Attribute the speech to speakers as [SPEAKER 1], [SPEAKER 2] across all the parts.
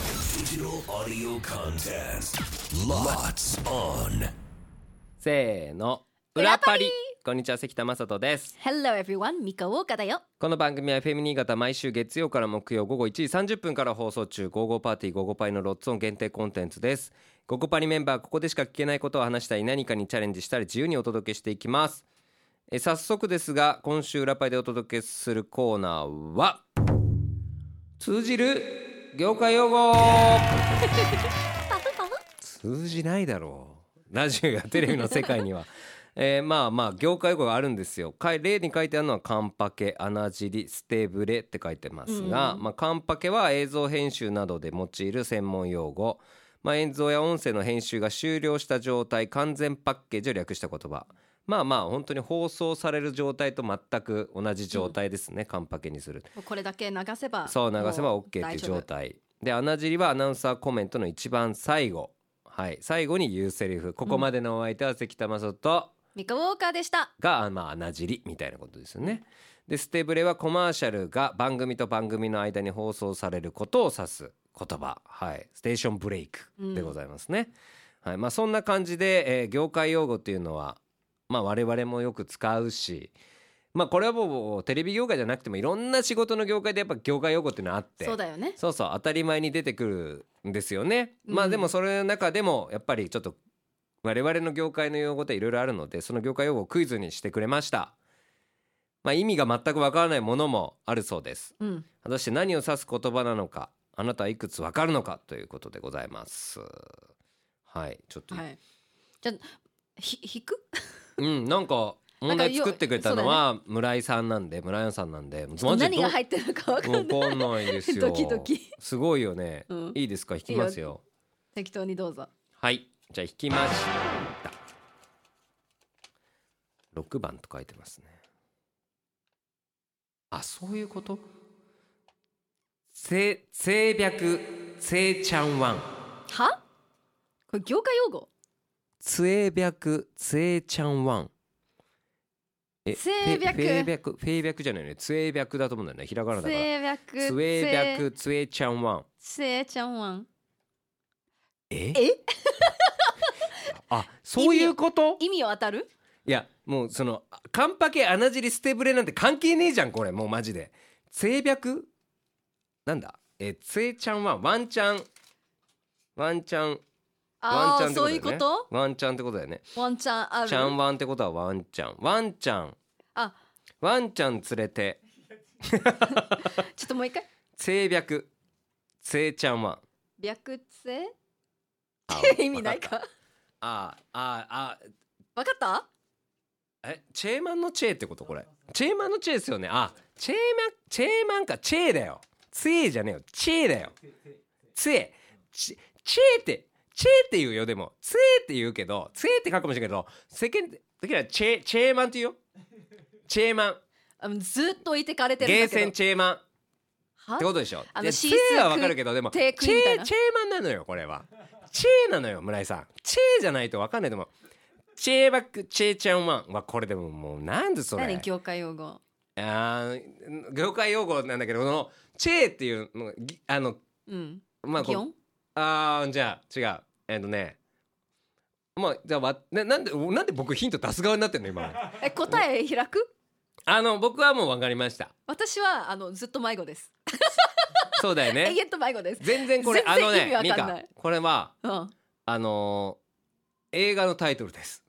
[SPEAKER 1] digital audio contest. Lots on.
[SPEAKER 2] せーの
[SPEAKER 3] 裏
[SPEAKER 2] 裏
[SPEAKER 3] パ
[SPEAKER 2] パ
[SPEAKER 3] リ
[SPEAKER 2] リこんにちは関田正人です
[SPEAKER 3] Hello everyone, ミカウォーカだよ。
[SPEAKER 2] この番組は FM 新潟毎週月曜から木曜午後1時30分から放送中「午後パーティー午後パイ」のロッツオン限定コンテンツです午後パリメンバーここでしか聞けないことを話したり何かにチャレンジしたり自由にお届けしていきますえ早速ですが今週裏パイでお届けするコーナーは通じる業界用語
[SPEAKER 3] パフパフ。
[SPEAKER 2] 通じないだろうラジオやテレビの世界には えーまあまあ業界用語があるんですよかい例に書いてあるのはカンパケ穴尻ステブレって書いてますが、
[SPEAKER 3] うん
[SPEAKER 2] まあ、カンパケは映像編集などで用いる専門用語、まあ、映像や音声の編集が終了した状態完全パッケージを略した言葉まあまあ本当に放送される状態と全く同じ状態ですね、カンパケにする
[SPEAKER 3] もうこれだけ流せば。
[SPEAKER 2] そう流せば
[SPEAKER 3] も
[SPEAKER 2] OK っていう状。態で穴尻はアナウンサーコメントの一番最後はい最後に言うセリフここまでのお相手は関田正人
[SPEAKER 3] ミカウォーカでした。
[SPEAKER 2] が、まあ、穴尻みたいなことですよねでステブレはコマーシャルが番組と番組の間に放送されることを指す言葉はいステーションブレイクでございますね、はいまあそんな感じで、えー業界用語っていうのはまあ我々もよく使うしまあこれはもうテレビ業界じゃなくてもいろんな仕事の業界でやっぱ業界用語っていうのはあって
[SPEAKER 3] そうだよね。
[SPEAKER 2] そうそう当たり前に出てくるんですよね。ま
[SPEAKER 3] う
[SPEAKER 2] あ
[SPEAKER 3] ん
[SPEAKER 2] でもそれの中でもやっぱりちょっと我々の業界の用語っていろいろあるのでその業界用語をクイズにしてくれました。まあ意味が全くわからないものもあるそうです。
[SPEAKER 3] うん。
[SPEAKER 2] 果たして何を指す言葉なのかあなたはいくつわかるのかということでございます。はいちょっと、
[SPEAKER 3] はい。じゃあひ引く？
[SPEAKER 2] うんなんか問題作ってくれたの
[SPEAKER 3] な
[SPEAKER 2] は村井さんなんで村井さんなんでマジで
[SPEAKER 3] 何が入ってるのかわかんない。
[SPEAKER 2] わかんないですよ
[SPEAKER 3] ドキドキ。
[SPEAKER 2] すごいよね、
[SPEAKER 3] うん
[SPEAKER 2] いいですか引きますよ
[SPEAKER 3] 適当にどうぞ。
[SPEAKER 2] はい、じゃあ引きました。六番と書いてますね。あ、そういうこと。せ、せいびゃく、せいちゃんわん。
[SPEAKER 3] は？これ業界用語。
[SPEAKER 2] つえびゃく、せいちゃんわん。え
[SPEAKER 3] せいびゃく
[SPEAKER 2] フェイびゃく、フェイびゃくじゃないよね。つえびゃくだと思うんだよね。ひらがなだから。
[SPEAKER 3] せいびゃく。
[SPEAKER 2] つえびゃく、つえちゃんわん。
[SPEAKER 3] せ。せいちゃんわん。
[SPEAKER 2] え
[SPEAKER 3] え？
[SPEAKER 2] あ、そういうこと。
[SPEAKER 3] 意味を当たる？
[SPEAKER 2] いやもうそのカンパケ穴尻捨てぶれなんて関係ねえじゃんこれもうマジで性白なんだえつえちゃんはワンチャンワンチャンワン
[SPEAKER 3] あ
[SPEAKER 2] チャン
[SPEAKER 3] あ
[SPEAKER 2] って
[SPEAKER 3] そういう
[SPEAKER 2] こと
[SPEAKER 3] こ
[SPEAKER 2] だよねワ
[SPEAKER 3] と？
[SPEAKER 2] ンチャンってことだよね
[SPEAKER 3] ワンチャンある。
[SPEAKER 2] ちゃんワンってことはワンチャンワンちゃん
[SPEAKER 3] あ
[SPEAKER 2] ワンちゃん連れて
[SPEAKER 3] ちょっともう一回。
[SPEAKER 2] 性白性ちゃんワン
[SPEAKER 3] 略せ
[SPEAKER 2] あ
[SPEAKER 3] 意味ないか。
[SPEAKER 2] あああ
[SPEAKER 3] わかった？
[SPEAKER 2] えチェーマンのチェーってことこれチェーマンのチェーですよねあチェーマンチェーマンかチェーだよつえじゃねえよチェーだよつえチチェーってチェーって言うよでもつえって言うけどつえって書くかもしれないけど世間的にはチェチェーマンって言うよチェーマン
[SPEAKER 3] あのずっと置いてかれてるん
[SPEAKER 2] ゲー
[SPEAKER 3] だけ
[SPEAKER 2] セ
[SPEAKER 3] ど
[SPEAKER 2] ン。チェーマンっ
[SPEAKER 3] は
[SPEAKER 2] てことでしょ
[SPEAKER 3] あの
[SPEAKER 2] で
[SPEAKER 3] シ
[SPEAKER 2] つ
[SPEAKER 3] ースー
[SPEAKER 2] えはわかるけどでもチ
[SPEAKER 3] テ
[SPEAKER 2] ェ
[SPEAKER 3] ークみたいな
[SPEAKER 2] ーチェーマンなのよこれはチェーなのよ村井さんチェーじゃないとわかんないと思うチェーバックチェーちゃんワンはこれでももうなんでそれ
[SPEAKER 3] 何業界用語。
[SPEAKER 2] あー業界用語なんだけどこのチェーっていうのぎあの
[SPEAKER 3] うん。
[SPEAKER 2] まあこ
[SPEAKER 3] 擬
[SPEAKER 2] う
[SPEAKER 3] 音
[SPEAKER 2] あーじゃあ違うえっ、とねまあじゃあわななんでなんで僕ヒント出す側になってんの今
[SPEAKER 3] え答え開く？
[SPEAKER 2] あの僕はもう分かりました
[SPEAKER 3] 私はあのずっと迷子です。
[SPEAKER 2] そうだよ
[SPEAKER 3] 永
[SPEAKER 2] ね
[SPEAKER 3] 遠と迷子です。
[SPEAKER 2] 全然これ
[SPEAKER 3] 全
[SPEAKER 2] あ
[SPEAKER 3] 然
[SPEAKER 2] のね
[SPEAKER 3] 意味
[SPEAKER 2] ミ
[SPEAKER 3] わかんない
[SPEAKER 2] カこれは
[SPEAKER 3] うん。
[SPEAKER 2] あのー映画のタイトルです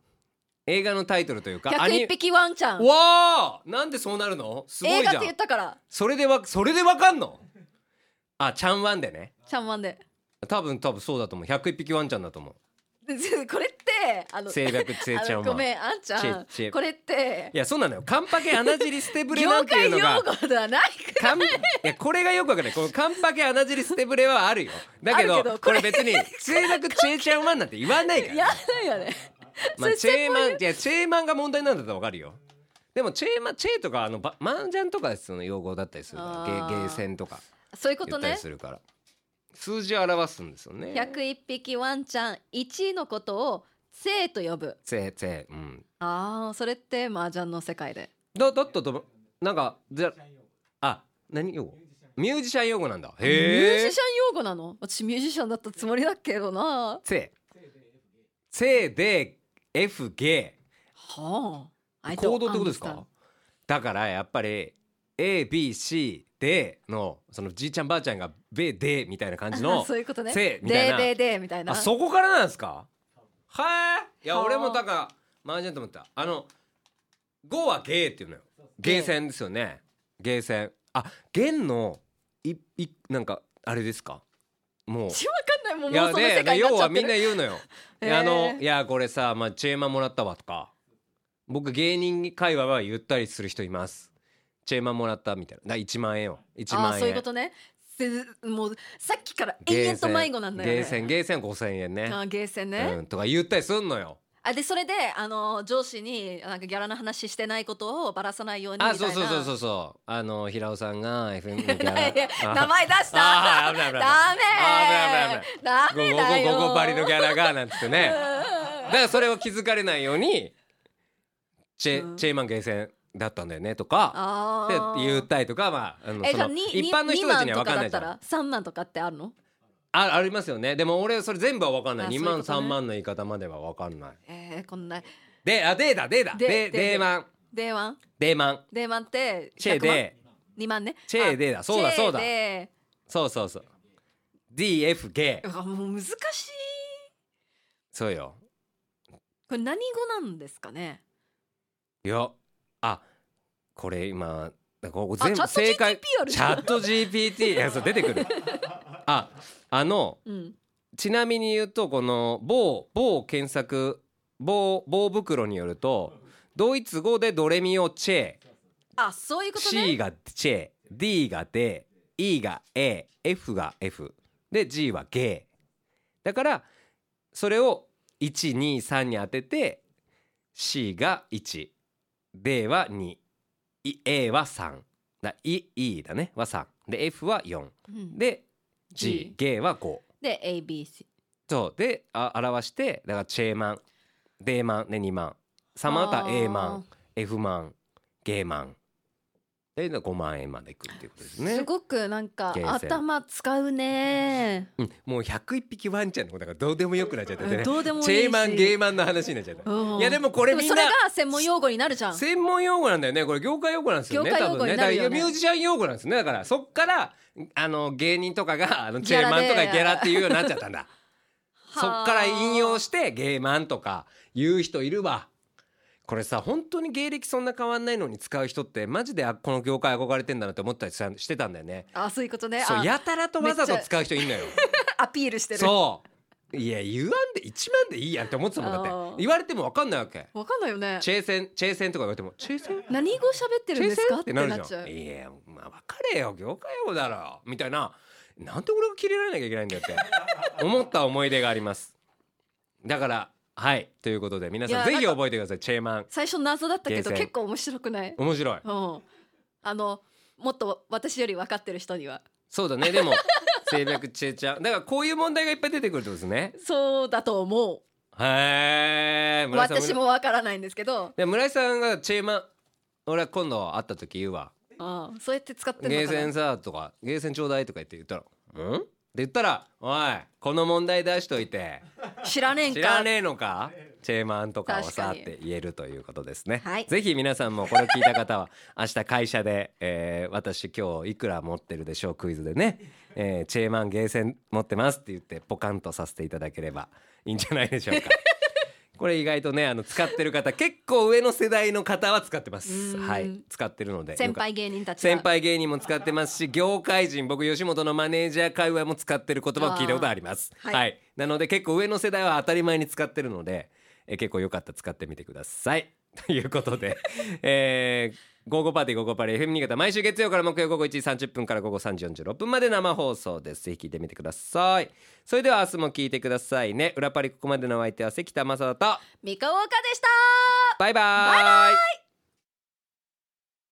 [SPEAKER 2] 映画のタイトルというか
[SPEAKER 3] 百一匹ワンちゃん。
[SPEAKER 2] わーなんでそうなるのすご
[SPEAKER 3] 映
[SPEAKER 2] いじ
[SPEAKER 3] 画っ
[SPEAKER 2] ゃ
[SPEAKER 3] て
[SPEAKER 2] ん
[SPEAKER 3] 言ったから。
[SPEAKER 2] それでわそれでわかんのあちゃんわんでね
[SPEAKER 3] ちゃんまんで。
[SPEAKER 2] 多分多分そうだと思う101匹ワンちゃんだと思う
[SPEAKER 3] でずこれってあの。
[SPEAKER 2] 性略つえちゃ
[SPEAKER 3] あ
[SPEAKER 2] ん
[SPEAKER 3] の
[SPEAKER 2] は
[SPEAKER 3] ごめんあんちゃ
[SPEAKER 2] チェ
[SPEAKER 3] ん
[SPEAKER 2] チェ。
[SPEAKER 3] これって
[SPEAKER 2] いやそうなのよカンパケ穴尻捨てぶれな
[SPEAKER 3] 業
[SPEAKER 2] んてい
[SPEAKER 3] 界
[SPEAKER 2] うの
[SPEAKER 3] 用
[SPEAKER 2] が
[SPEAKER 3] 語ではない。
[SPEAKER 2] かんいやこれがよくわかんないこのカンパケ穴尻捨てぶれはあるよだけ
[SPEAKER 3] あ
[SPEAKER 2] ど
[SPEAKER 3] るけど
[SPEAKER 2] こ
[SPEAKER 3] こ
[SPEAKER 2] れ
[SPEAKER 3] れ
[SPEAKER 2] 別に性略ちえちゃんワンなんて言わないか
[SPEAKER 3] や
[SPEAKER 2] ら
[SPEAKER 3] だよね。
[SPEAKER 2] まあチェーマンいやチェーマンが問題なんだったらわかるよでもチェーマンチェーとかあのばマンジャンとかその用語だったりするか
[SPEAKER 3] あ
[SPEAKER 2] らゲ
[SPEAKER 3] ー
[SPEAKER 2] ーゲーセンとか
[SPEAKER 3] そういうこ
[SPEAKER 2] 言
[SPEAKER 3] と
[SPEAKER 2] ったり
[SPEAKER 3] ね
[SPEAKER 2] す。るから数字を表すんですよね
[SPEAKER 3] 百一匹ワンちゃん一のことを生と呼ぶ。
[SPEAKER 2] チェチェうん
[SPEAKER 3] ああそれって麻雀の世界で。
[SPEAKER 2] だだったと思うなんかじゃあ何用語ミュージシャン用語なんだ
[SPEAKER 3] ミュー
[SPEAKER 2] へえ
[SPEAKER 3] ジシャン用語なの私ミュージシャンだったつもりだけどな
[SPEAKER 2] せせで F ゲ
[SPEAKER 3] はあ
[SPEAKER 2] 行動ってことですかだからやっぱり ABC でのそのじいちゃんばあちゃんがべでみたいな感じの
[SPEAKER 3] そういうことね
[SPEAKER 2] せみたいな
[SPEAKER 3] でででみたいな
[SPEAKER 2] あそこからなんですかはいいや
[SPEAKER 3] はあ
[SPEAKER 2] 俺もだからマージャンと思ったあの5はゲーっていうのよゲーセンですよねゲーセンあ弦のいいなんかあれですかもう
[SPEAKER 3] ちわかんないもう
[SPEAKER 2] い
[SPEAKER 3] もう
[SPEAKER 2] や
[SPEAKER 3] その世
[SPEAKER 2] で
[SPEAKER 3] 界になっ
[SPEAKER 2] 要
[SPEAKER 3] ちゃ
[SPEAKER 2] は
[SPEAKER 3] って
[SPEAKER 2] みん
[SPEAKER 3] る
[SPEAKER 2] な言うのよ、
[SPEAKER 3] へえ
[SPEAKER 2] あのいやこれさ、まあ、チェーマンもらったわとか僕芸人会話は言ったりする人いますチェーマンもらったみたいなだ1万円を1
[SPEAKER 3] あ
[SPEAKER 2] 万
[SPEAKER 3] あ
[SPEAKER 2] 円
[SPEAKER 3] そういうことねせもうさっきから
[SPEAKER 2] ゲー
[SPEAKER 3] 延
[SPEAKER 2] セン
[SPEAKER 3] 々と迷子なんだよね
[SPEAKER 2] ゲーセンゲーセンは5000円ね
[SPEAKER 3] あーゲーセンね、
[SPEAKER 2] うん、とか言ったりすんのよ
[SPEAKER 3] あでそれであの上司になんかギャラの話してないことをばらさないようにみたい
[SPEAKER 2] あ
[SPEAKER 3] な
[SPEAKER 2] そうそうそうそううそうあの平尾さんが FM ギャラ
[SPEAKER 3] 名前出した
[SPEAKER 2] あー危ない危ない
[SPEAKER 3] ダ
[SPEAKER 2] あ
[SPEAKER 3] メダメだよ
[SPEAKER 2] ゴゴゴゴバリのギャラがなんつってねだからそれを気づかれないようにチェ,、
[SPEAKER 3] うん
[SPEAKER 2] チェイマンゲーセンだったんだよねとか
[SPEAKER 3] あ
[SPEAKER 2] で
[SPEAKER 3] ー
[SPEAKER 2] 言ったりとかまああの
[SPEAKER 3] え
[SPEAKER 2] そ
[SPEAKER 3] じゃ
[SPEAKER 2] の
[SPEAKER 3] あに
[SPEAKER 2] 一般の人たちには分かんないじゃんあ
[SPEAKER 3] 3万とかってあるの
[SPEAKER 2] ありますよねでも俺それ全部は分かんない
[SPEAKER 3] あ
[SPEAKER 2] 2万
[SPEAKER 3] そうい
[SPEAKER 2] 3
[SPEAKER 3] うことね
[SPEAKER 2] 万の言い方までは分かんない
[SPEAKER 3] えー、こんな
[SPEAKER 2] であでだでだ
[SPEAKER 3] で
[SPEAKER 2] で
[SPEAKER 3] で
[SPEAKER 2] でーマン
[SPEAKER 3] デーワン
[SPEAKER 2] でーマン
[SPEAKER 3] デーワンって
[SPEAKER 2] チェ
[SPEAKER 3] 100万
[SPEAKER 2] で
[SPEAKER 3] 2万ね
[SPEAKER 2] チェ
[SPEAKER 3] あ
[SPEAKER 2] デーだそうだ
[SPEAKER 3] チェ
[SPEAKER 2] そうだ
[SPEAKER 3] デ
[SPEAKER 2] そうそうそう DF ゲ
[SPEAKER 3] ーうわもう難しい
[SPEAKER 2] そうよ
[SPEAKER 3] これ何語なんですかね
[SPEAKER 2] いやあこれ今だからこれ全
[SPEAKER 3] あチャ
[SPEAKER 2] 部
[SPEAKER 3] ッ
[SPEAKER 2] 正
[SPEAKER 3] ト GTP
[SPEAKER 2] 解
[SPEAKER 3] ある
[SPEAKER 2] チャット GPT いやそう出てくるああの
[SPEAKER 3] うん
[SPEAKER 2] ちなみに言うとこの某某検索某某袋によるとドイツ語でドレミをチェ
[SPEAKER 3] あそういうことね
[SPEAKER 2] C がチェ D がデ E が AF が F で G はゲだからそれを123に当てて C が 1D は 2A は3だ E, e だねは3で F は4
[SPEAKER 3] うん
[SPEAKER 2] で G
[SPEAKER 3] G
[SPEAKER 2] ゲは5
[SPEAKER 3] で ABC
[SPEAKER 2] そうであ表してだからチェーマン D マンで2万3万だったら A マン F マンゲーマンでいうのは5万円までいくっていうことですね
[SPEAKER 3] すごくなんか
[SPEAKER 2] ゲーセン
[SPEAKER 3] 頭使うね。
[SPEAKER 2] うん、もう101匹ワンちゃんのことだからどうでもよくなっちゃっててね
[SPEAKER 3] どうでもいいし。
[SPEAKER 2] チェーマンゲーマンの話になっちゃった、
[SPEAKER 3] うん
[SPEAKER 2] いやでもこれ
[SPEAKER 3] でも
[SPEAKER 2] みん
[SPEAKER 3] それ
[SPEAKER 2] な
[SPEAKER 3] が専門用語になるじゃん。
[SPEAKER 2] 専門用語なんだよねこれ業界用語なんですよね
[SPEAKER 3] 業界用
[SPEAKER 2] 多
[SPEAKER 3] 語
[SPEAKER 2] 分ね
[SPEAKER 3] になるよ
[SPEAKER 2] だ
[SPEAKER 3] ね
[SPEAKER 2] からミュージシャン用語なんですねだからそっからあの芸人とかがあのチ
[SPEAKER 3] ギ
[SPEAKER 2] ェ
[SPEAKER 3] ャ
[SPEAKER 2] ー
[SPEAKER 3] ラ
[SPEAKER 2] マ
[SPEAKER 3] で
[SPEAKER 2] ンとかギャラっていうようになっちゃったんだそ
[SPEAKER 3] はあ
[SPEAKER 2] っから引用してゲーマンとか言う人いるわこれさ本当に芸歴そんな変わんないのに使う人ってマジであこの業界憧れてんだなって思ったりしたしてたんだよね
[SPEAKER 3] あそういうことね。
[SPEAKER 2] そう
[SPEAKER 3] あ
[SPEAKER 2] やたらとわざと使う人いんの よ
[SPEAKER 3] アピールしてる。
[SPEAKER 2] そういや言わんで1万でいいやんって思ってたもんだ
[SPEAKER 3] あ
[SPEAKER 2] っ
[SPEAKER 3] ー
[SPEAKER 2] て言われても分かんないわけ
[SPEAKER 3] わかんないよね。
[SPEAKER 2] チェーセンチェーセンとか言われてもチェーセン
[SPEAKER 3] 何語喋ってるんですかって
[SPEAKER 2] 訂正
[SPEAKER 3] なっちゃう。
[SPEAKER 2] いやまあ分かれよ業界用語だろみたいななんで俺がキレられなきゃいけないんだよって 思った思い出がありますだからはいということで皆さん
[SPEAKER 3] いや
[SPEAKER 2] ぜひ覚えてくださいチェーマン
[SPEAKER 3] 最初謎だったけ
[SPEAKER 2] ゲーセ
[SPEAKER 3] ど
[SPEAKER 2] ン
[SPEAKER 3] 結構面白くない。
[SPEAKER 2] 面白い
[SPEAKER 3] うん。あのもっと私より分かってる人には
[SPEAKER 2] そうだね でも性白チェーちゃんだからこういう問題がいっぱい出てくるってことですね
[SPEAKER 3] そうだと思
[SPEAKER 2] へえ
[SPEAKER 3] う。私も分からないんですけど、
[SPEAKER 2] で村井さんがチェーマン俺は今度会った時言うわ
[SPEAKER 3] うん、そうやって使って
[SPEAKER 2] ゲー
[SPEAKER 3] るのか
[SPEAKER 2] セ
[SPEAKER 3] な
[SPEAKER 2] ン。さとかゲーセンちょうだいとか言って言ったら「ん?」って言ったら「おいこの問題出しといて
[SPEAKER 3] 知らねえんか。
[SPEAKER 2] 知らねえのかチェーマンとかをさ」っ
[SPEAKER 3] 確かに
[SPEAKER 2] て言えるということですね、
[SPEAKER 3] はい
[SPEAKER 2] ぜひ皆さんもこれを聞いた方は 明日会社で、えー私今日いくら持ってるでしょうクイズでね、えーチェーマンゲーセン持ってます」って言ってポカンとさせていただければ いいんじゃないでしょ うか。これ意外とねあの使ってる方結構上の世代の方は使ってます。
[SPEAKER 3] うん
[SPEAKER 2] はい使ってるので
[SPEAKER 3] 先輩芸人たちが
[SPEAKER 2] 先輩芸人も使ってますし業界人僕吉本のマネージャー界隈も使ってる言葉を聞いたことあります
[SPEAKER 3] あ
[SPEAKER 2] は
[SPEAKER 3] ー
[SPEAKER 2] い、
[SPEAKER 3] はい
[SPEAKER 2] なので結構上の世代は当たり前に使ってるのでえ結構よかったら使ってみてください ということで えー午後パーティー午後パーティー FM 新潟毎週月曜から木曜午後1時30分から午後3時46分まで生放送ですぜひ聞いてみてくださいそれでは明日も聞いてくださいね裏パリここまでのお相手は関田正人
[SPEAKER 3] 三河岡でした。
[SPEAKER 2] バイバイ